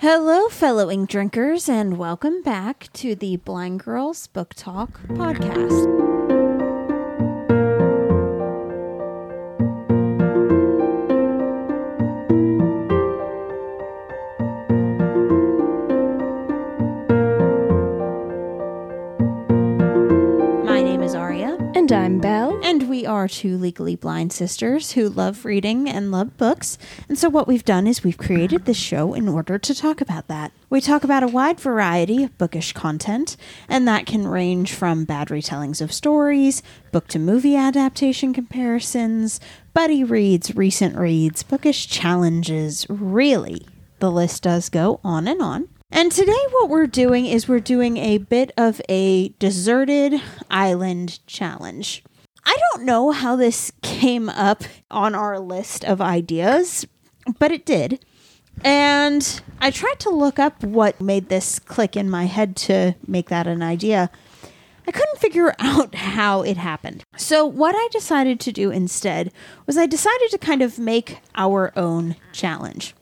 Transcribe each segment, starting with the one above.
Hello, fellow ink drinkers, and welcome back to the Blind Girls Book Talk podcast. My name is Aria, And I'm Belle. and we are two legally blind sisters who love reading and love books. And so, what we've done is we've created this show in order to talk about that. We talk about a wide variety of bookish content, and that can range from bad retellings of stories, book to movie adaptation comparisons, buddy reads, recent reads, bookish challenges. Really, the list does go on and on. And today, what we're doing is we're doing a bit of a deserted island challenge. I don't know how this came up on our list of ideas, but it did. And I tried to look up what made this click in my head to make that an idea. I couldn't figure out how it happened. So, what I decided to do instead was I decided to kind of make our own challenge.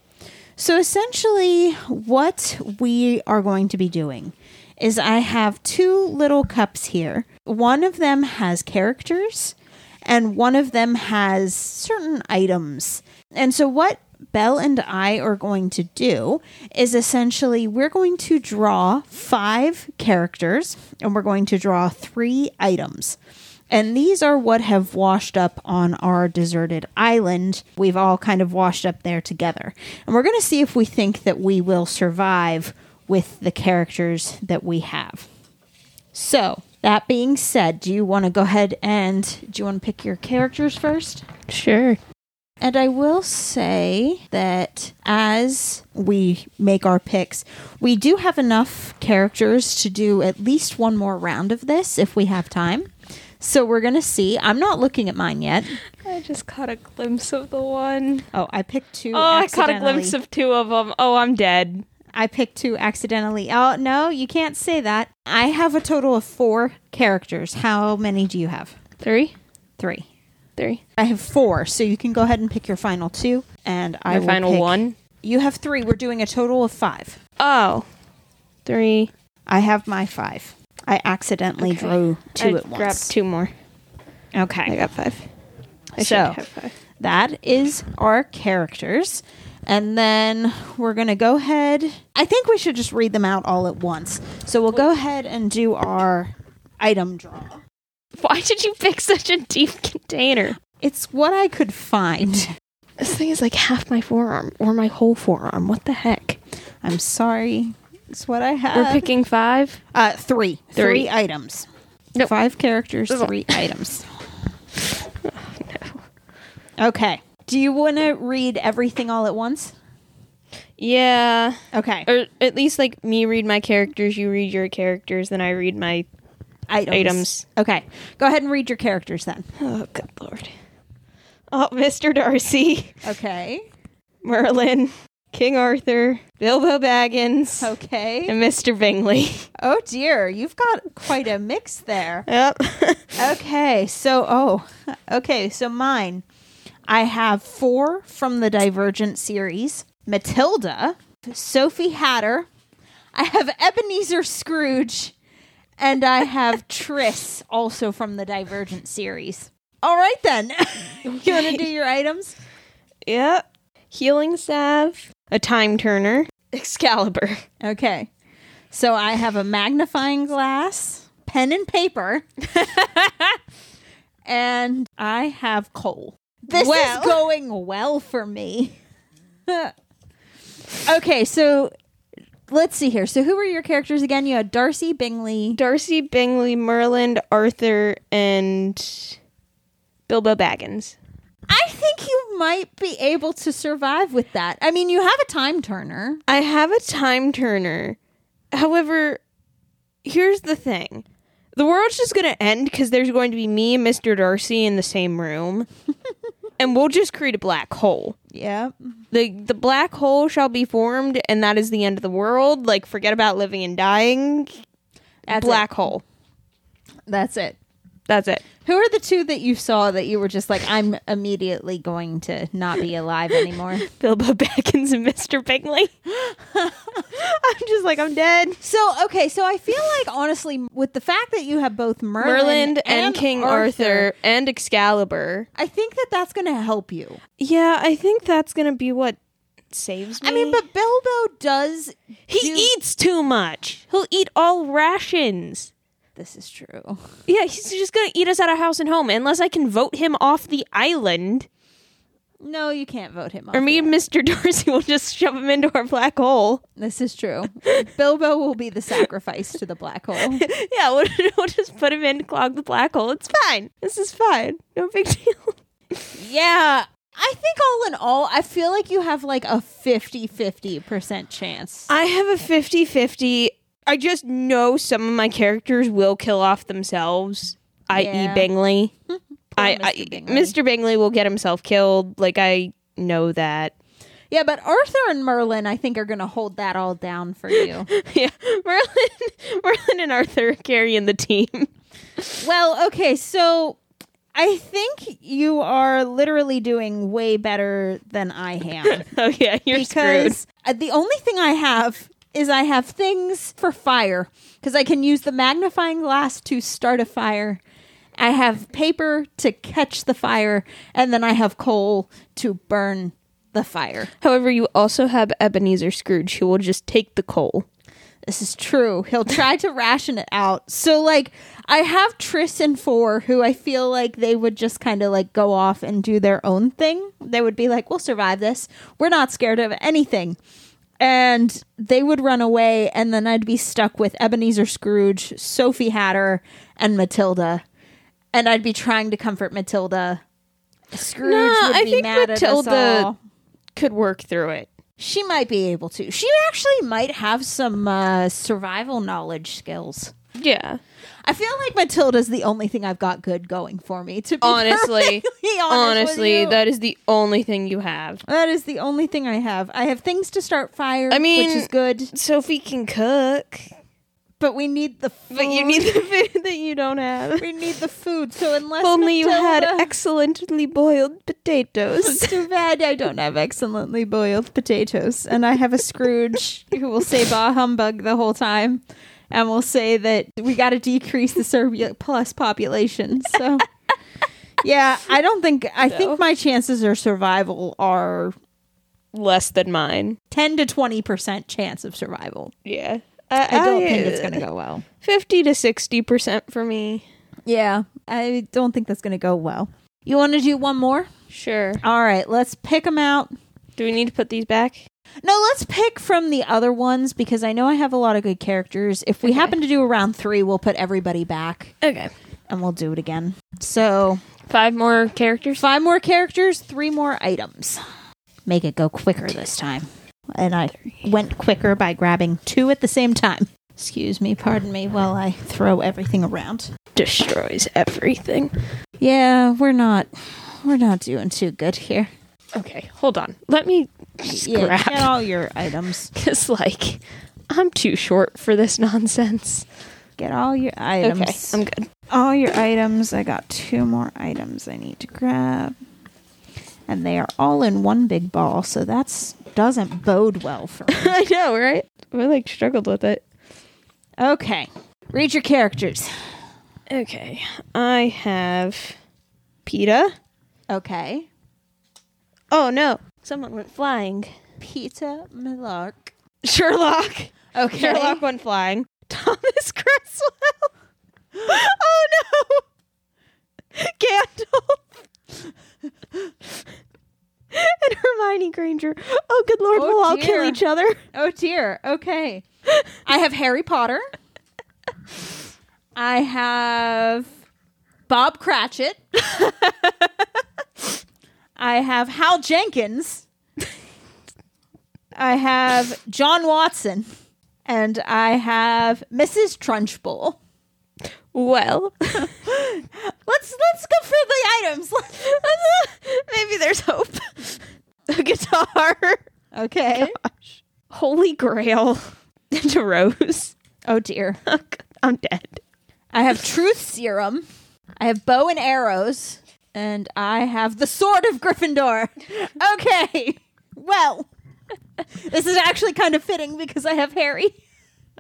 So essentially, what we are going to be doing is I have two little cups here. One of them has characters, and one of them has certain items. And so, what Belle and I are going to do is essentially we're going to draw five characters and we're going to draw three items. And these are what have washed up on our deserted island. We've all kind of washed up there together. And we're going to see if we think that we will survive with the characters that we have. So, that being said, do you want to go ahead and do you want to pick your characters first? Sure. And I will say that as we make our picks, we do have enough characters to do at least one more round of this if we have time. So we're going to see. I'm not looking at mine yet. I just caught a glimpse of the one. Oh, I picked two. Oh, I caught a accidentally. glimpse of two of them. Oh, I'm dead. I picked two accidentally. Oh, no, you can't say that. I have a total of four characters. How many do you have? Three? Three. Three. I have four, so you can go ahead and pick your final two. And I My will final pick- one? You have three. We're doing a total of five. Oh. Three. I have my five. I accidentally Okay. drew two I at once. grabbed two more. I Okay. got five. I So- should have five. That is our characters. And then we're going to go ahead. I think we should just read them out all at once. So we'll go ahead and do our item draw. Why did you pick such a deep container? It's what I could find. This thing is like half my forearm or my whole forearm. What the heck? Um, I'm sorry. It's what I have. We're picking five? uh, three. three. Three. items. Nope. Five characters, Ugh. three items. Oh, No. Okay. Do you want to read everything all at once? Yeah. Okay. Or at least like me read my characters, you read your characters, then I read my items. Items. Okay. Go ahead and read your characters then. Oh, good lord. Oh, Mr. Darcy, Okay. Merlin, King Arthur, Bilbo Baggins, Okay. and Mr. Bingley. Oh dear, you've got quite a mix there. Yep. Okay. So, oh, okay. So mine, I have four from the Divergent series Matilda, Sophie Hatter, I have Ebenezer Scrooge, and I have Triss, also from the Divergent series. All right, then. you want to do your items? yep. Healing salve, a time turner, Excalibur. Okay. So I have a magnifying glass, pen and paper, and I have coal. This Well. is going well for me. okay, so let's see here. So who were your characters again? You had Darcy Bingley. Darcy, Bingley, Merlin, Arthur, and Bilbo Baggins. I think you might be able to survive with that. I mean, you have a time turner. I have a time turner. However, here's the thing. The world's just going to end because there's going to be me and Mr. Darcy in the same room. and we'll just create a black hole. Yep. The, the black hole shall be formed, and that is the end of the world. Like, forget about living and dying. That's black hole. That's it. That's it. Who are the two that you saw that you were just like, I'm immediately going to not be alive anymore? Bilbo Baggins and Mr. Bingley. like I'm dead. So okay, so I feel like honestly, with the fact that you have both Merlin, Merlin and, King Arthur and Excalibur. I think that that's going to help you. Yeah, I think that's gonna be what saves me. I mean, but Bilbo does. he do- eats too much. He'll eat all rations. This is true. Yeah, he's just gonna eat us out of house and home unless I can vote him off the island, No, you can't vote him. or off me and Mister Darcy will just shove him into our black hole. This is true. Bilbo will be the sacrifice to the black hole. yeah, we'll, we'll just put him in, clog the black hole. It's fine. This is fine. No big deal. Yeah. I think all in all, I feel like you have like a 50 50% chance. I have a 50 50. I just know some of my characters will kill off themselves, Yeah. i.e., Bingley. I, Mr. I, Bingley. Mr. Bingley will get himself killed. Like, I know that. Yeah, but Arthur and Merlin, I think, are going to hold that all down for you. yeah. Merlin, Merlin and Arthur are carrying the team. well, okay, so I think you are literally doing way better than I am. oh, yeah. You're screwed. because uh, the only thing I have is I have things for fire because I can use the magnifying glass to start a fire. I have paper to catch the fire, and then I have coal to burn the fire. However, you also have Ebenezer Scrooge, who will just take the coal. This is true. He'll try to ration it out. So, like, I have Triss and Four, who I feel like they would just kind of like go off and do their own thing. They would be like, we'll survive this. We're not scared of anything. And they would run away, and then I'd be stuck with Ebenezer Scrooge, Sophie Hatter, and Matilda. And I'd be trying to comfort Matilda. Scrooge Nah, would I be think mad at us Matilda- all. Could work through it. She might be able to. She actually might have some uh, survival knowledge skills. Yeah. I feel like Matilda's the only thing I've got good going for me. To be Honestly. perfectly honest Honestly, that that is the only thing you have. that is the only thing I have. I have things to start fire. I mean- which is good, Sophie can cook. but we need the food. But you need the food that you don't have. we need the food. So unless If only you had Matilda- excellently boiled potatoes. It's too bad I don't have excellently boiled potatoes, and I have a Scrooge who will say "bah humbug" the whole time, and will say that we got to decrease the surplus population. So, yeah, I don't think I No. think my chances of survival are Less than mine. ten to twenty percent chance of survival. Yeah. I don't think it's going to go well. 50 to 60% for me. Yeah, I don't think that's going to go well. You want to do one more? Sure. All right, let's pick them out. Do we need to put these back? No, let's pick from the other ones because I know I have a lot of good characters. If we happen to do a round three, we'll put everybody back Okay. and we'll do it again. So, Five more characters? five more characters, three more items. Make it go quicker this time. And I went quicker by grabbing two at the same time. Excuse me, pardon me while I throw everything around. Destroys everything. Yeah, we're not we're not doing too good here. Okay, hold on. Let me Yeah, scrap. get all your items. Because, like, I'm too short for this nonsense. Get all your items. Okay, I'm good. all your items. I got two more items I need to grab. And they are all in one big ball, so that's doesn't bode well for me. I know, right? I, like, struggled with it. Okay. Read your characters. Okay, I have PETA. Okay. Oh no, someone went flying. Peter Millark. Sherlock. Okay. Sherlock went flying. Thomas Cresswell. oh no. Gandalf. and Hermione Granger. Oh good lord, Oh, we'll all dear. kill each other. Oh dear. Okay. I have Harry Potter. I have Bob Cratchit. I have Hal Jenkins. I have John Watson. And I have Mrs. Trunchbull. Well, Let's let's go for the items. maybe there's hope. A guitar. okay. Holy Grail. And a rose. Oh dear. Oh, God, I'm dead. I have truth serum. I have bow and arrows, and I have the sword of Gryffindor. Okay, well, this is actually kind of fitting because I have Harry.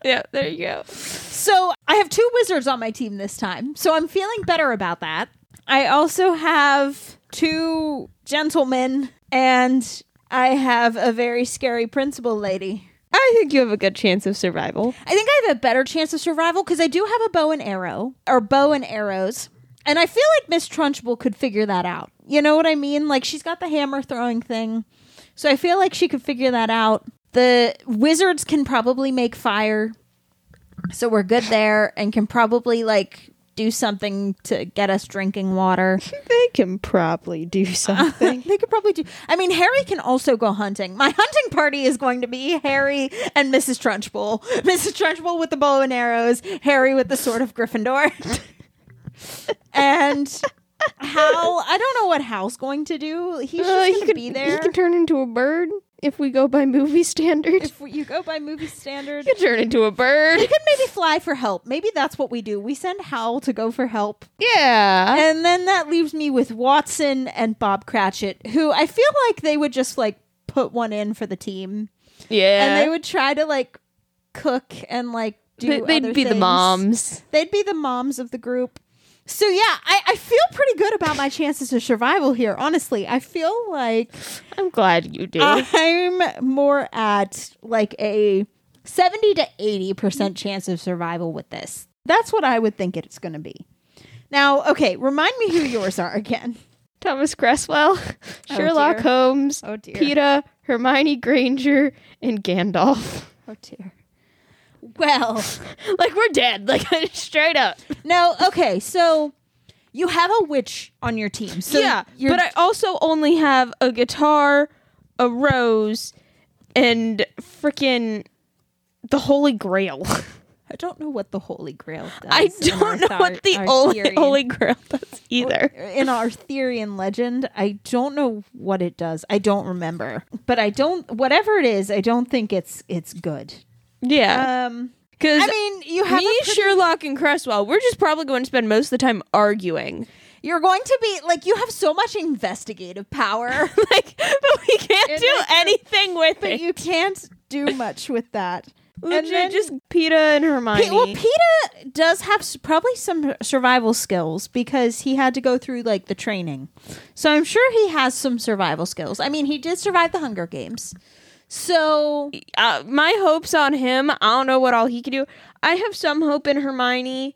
Yeah, there you go. So I have two wizards on my team this time. So I'm feeling better about that. I also have two gentlemen and I have a very scary principal lady. I think you have a good chance of survival. I think I have a better chance of survival because I do have a bow and arrow or bow and arrows. And I feel like Miss Trunchbull could figure that out. You know what I mean? Like she's got the hammer throwing thing. So I feel like she could figure that out. The wizards can probably make fire. So we're good there and can probably like do something to get us drinking water. They can probably do something. They could probably do. I mean, Harry can also go hunting. My hunting party is going to be Harry and Mrs. Trunchbull. Mrs. Trunchbull with the bow and arrows, Harry with the sword of Gryffindor. and Hal, I don't know what Hal's going to do. He's just Uh, going he to could be there. He can turn into a bird if we go by movie standards. if you go by movie standard, He can turn into a bird. he could maybe fly for help. Maybe that's what we do. We send Hal to go for help. Yeah. And then that leaves me with Watson and Bob Cratchit, who I feel like they would just like put one in for the team. Yeah. and they would try to like cook and like do. They- they'd other be the things. moms. They'd be the moms of the group. So yeah, I, I feel pretty good about my chances of survival here. Honestly, I feel like I'm glad you did. I'm more at like a seventy to eighty percent chance of survival with this. That's what I would think it's going to be. Now, okay, remind me who yours are again. Thomas Cresswell, Sherlock dear. Holmes, Oh, dear. PETA, Hermione Granger, and Gandalf. Oh dear. Well, like we're dead. Like straight up. no, okay, so you have a witch on your team. So yeah, you're- but I also only have a guitar, a rose, and freaking the Holy Grail. I don't know what the Holy Grail does. I in our don't know thar- what the our Holy, Arthurian- Holy Grail does either. in our theory and legend. I don't know what it does. I don't remember, but I don't. Whatever it is, I don't think it's it's good. Yeah, Uh, Um, because I mean, you have. a me, pretty- Sherlock, and Cresswell, we're just probably going to spend most of the time arguing. you're going to be like you have so much investigative power, like, but we can't And, do like, anything with but it. you can't do much with that. Legit, then- just Peta and Hermione. Pe- well, Peta does have s- probably some survival skills because he had to go through like the training. So I'm sure he has some survival skills. I mean, he did survive the Hunger Games. So uh, my hopes on him. I don't know what all he could do. I have some hope in Hermione.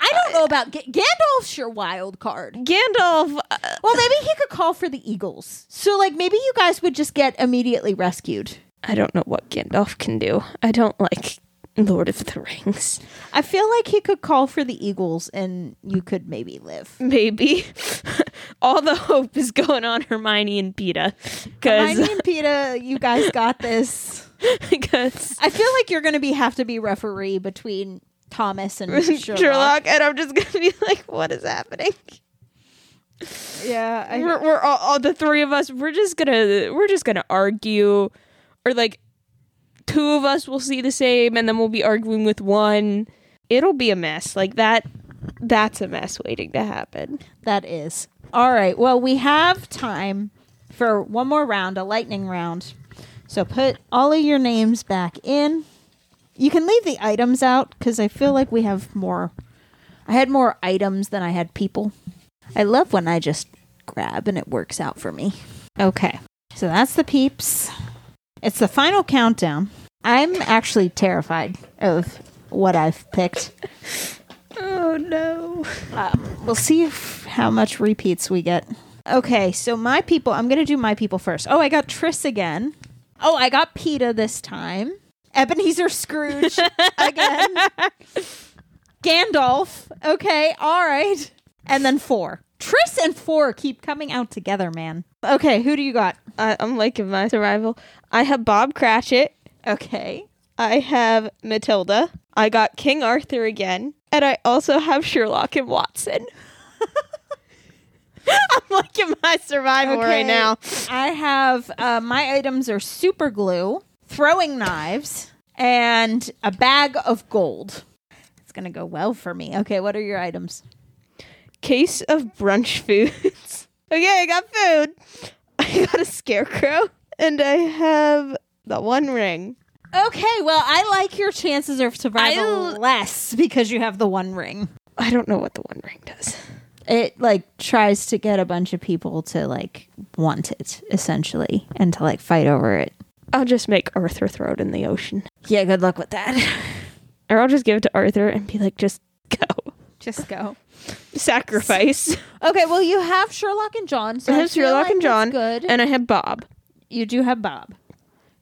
I don't know about Ga- Gandalf's your wild card. Gandalf. Uh, Well, maybe he could call for the Eagles. So like maybe you guys would just get immediately rescued. I don't know what Gandalf can do. I don't like Lord of the Rings. I feel like he could call for the Eagles and you could maybe live. Maybe all the hope is going on Hermione and Peta Hermione because and Peta, you guys got this. because I feel like you're going to be have to be referee between Thomas and Sherlock. Sherlock. and I'm just gonna be like, what is happening? Yeah, I, we're we're all, all the three of us. We're just gonna we're just gonna argue, or like two of us will see the same, and then we'll be arguing with one. It'll be a mess. Like that. That's a mess waiting to happen. that is all right. Well, we have time for one more round, a lightning round. So put all of your names back in. You can leave the items out because I feel like we have more. I had more items than I had people. I love when I just grab and it works out for me. Okay, so that's the peeps. It's the final countdown. I'm actually terrified of what I've picked. Oh no. Um, we'll see if, how much repeats we get. Okay, so my people, I'm going to do my people first. Oh, I got Triss again. Oh, I got PETA this time. Ebenezer Scrooge again. Gandalf. Okay, all right. And then four. Triss and four keep coming out together, man. Okay, who do you got? I, I'm liking my survival. I have Bob Cratchit. Okay. I have Matilda. I got King Arthur again. And I also have Sherlock and Watson. I'm liking my survival right now. I have uh, my items are super glue, throwing knives, and a bag of gold. It's gonna go well for me. Okay, what are your items? Case of brunch foods. okay, I got food. I got a scarecrow. And I have the one ring. Okay, well, I like your chances of survival I- less because you have the One Ring. I don't know what the One Ring does. It like tries to get a bunch of people to like want it essentially and to like fight over it. I'll just make Arthur throw it in the ocean. Yeah, good luck with that. Or I'll just give it to Arthur and be like, just go. Just go. Sacrifice. Okay, well, you have Sherlock and John. So I I have feel Sherlock like that's and John. Good. And I have Bob. you do have Bob.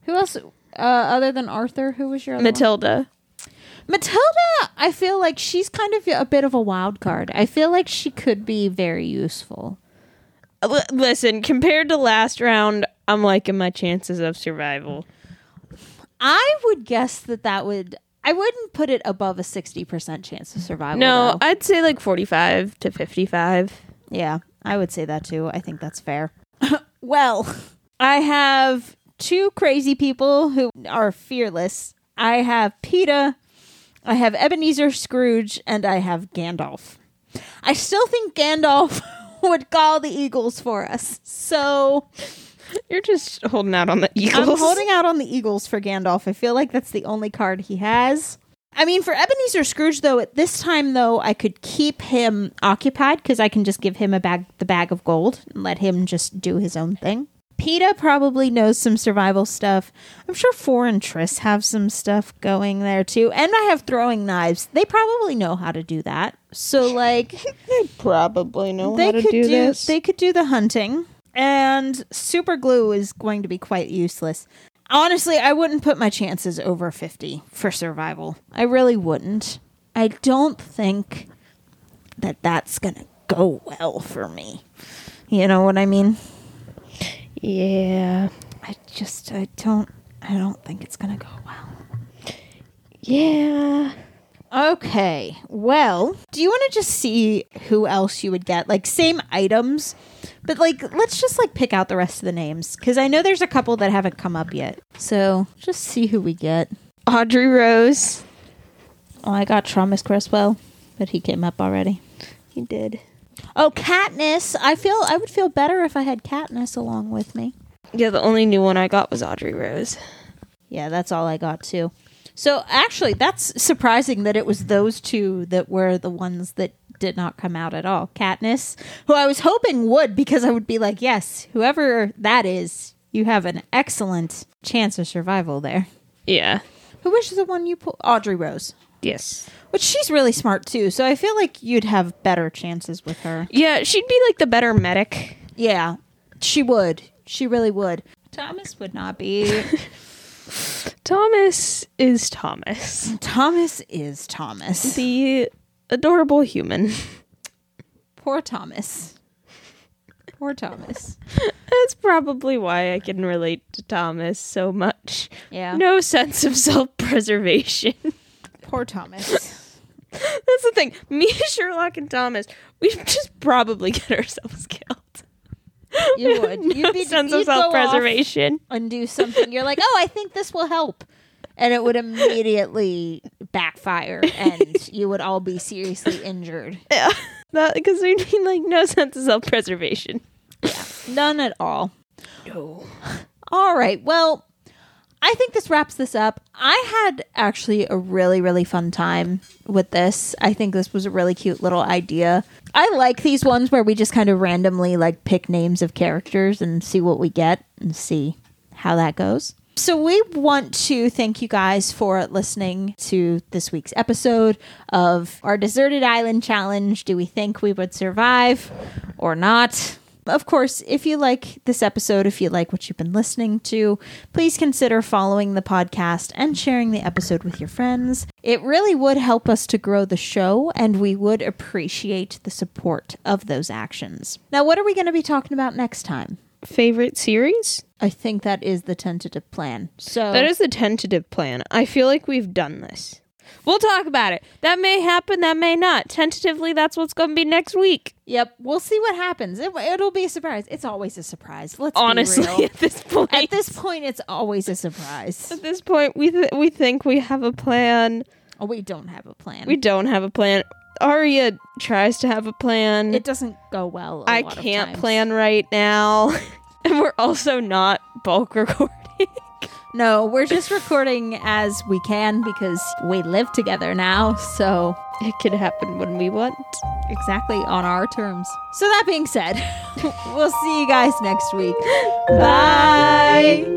Who else? Uh, other than Arthur, who was your other one? Matilda. Matilda, I feel like she's kind of a bit of a wild card. I feel like she could be very useful. L- Uh, listen, compared to last round, I'm liking my chances of survival. I would guess that that would. I wouldn't put it above a sixty percent chance of survival. Oh, No, though. I'd say like 45 to 55. yeah, I would say that too. I think that's fair. well, I have two crazy people who are fearless. I have PETA, I have Ebenezer Scrooge, and I have Gandalf. I still think Gandalf would call the Eagles for us. So You're just holding out on the Eagles. I'm holding out on the Eagles for Gandalf. I feel like that's the only card he has. I mean, for Ebenezer Scrooge, though, at this time, though, I could keep him occupied because I can just give him a bag, the bag of gold, and let him just do his own thing. PETA probably knows some survival stuff. I'm sure Four and Triss have some stuff going there too. And I have throwing knives. They probably know how to do that. So, like, They probably know they could do, they could do the hunting and super glue is going to be quite useless honestly i wouldn't put my chances over 50 for survival i really wouldn't i don't think that that's gonna go well for me you know what i mean yeah. i just i don't i don't think it's gonna go well Yeah. okay well do you want to just see who else you would get like same items But like, let's just like pick out the rest of the names because I know there's a couple that haven't come up yet. So just see who we get. Audrey Rose. Oh, I got Thomas Cresswell, but he came up already. He did. Oh, Katniss. I feel I would feel better if I had Katniss along with me. Yeah, the only new one I got was Audrey Rose. Yeah, that's all I got too. So actually, that's surprising that it was those two that were the ones that did not come out at all. Katniss, who I was hoping would, because I would be like, yes, whoever that is, you have an excellent chance of survival there. Yeah. Who was the one you pulled? Audrey Rose. Yes. Which she's really smart too, so I feel like you'd have better chances with her. Yeah, she'd be like the better medic. Yeah, she would. She really would. Thomas would not be. Thomas is Thomas. Thomas is Thomas. The adorable human. Poor Thomas. Poor Thomas. That's probably why I can relate to Thomas so much. Yeah. No sense of self preservation. Poor Thomas. That's the thing. Me, Sherlock, and Thomas, we just probably get ourselves killed. You would. No you'd be sense you'd of go off self preservation. and do something. You're like, oh, I think this will help. And it would immediately backfire, and you would all be seriously injured. Yeah. Because we mean like no sense of self preservation. None at all. No. All right. Well, I think this wraps this up. I had actually a really, really fun time with this. I think this was a really cute little idea. I like these ones where we just kind of randomly like pick names of characters and see what we get and see how that goes. So, we want to thank you guys for listening to this week's episode of our Deserted Island Challenge. Do we think we would survive or not? Of course, if you like this episode, if you like what you've been listening to, please consider following the podcast and sharing the episode with your friends. It really would help us to grow the show, and we would appreciate the support of those actions. Now, what are we going to be talking about next time? Favorite series? I think that is the tentative plan. So That is the tentative plan. I feel like we've done this. We'll talk about it. That may happen, that may not. Tentatively, that's what's going to be next week. yep, we'll see what happens. It, it'll be a surprise. It's always a surprise. Let's be Honestly, real. at this point, at this point, it's always a surprise. at this point, we th- we think we have a plan. Oh, we don't have a plan. We don't have a plan. Arya tries to have a plan. it doesn't go well. I I can't plan right now, and we're also not bulk recording. No, we're just recording as we can because we live together now. So, It could happen when we want. exactly on our terms. So, that being said, we'll see you guys next week. Bye.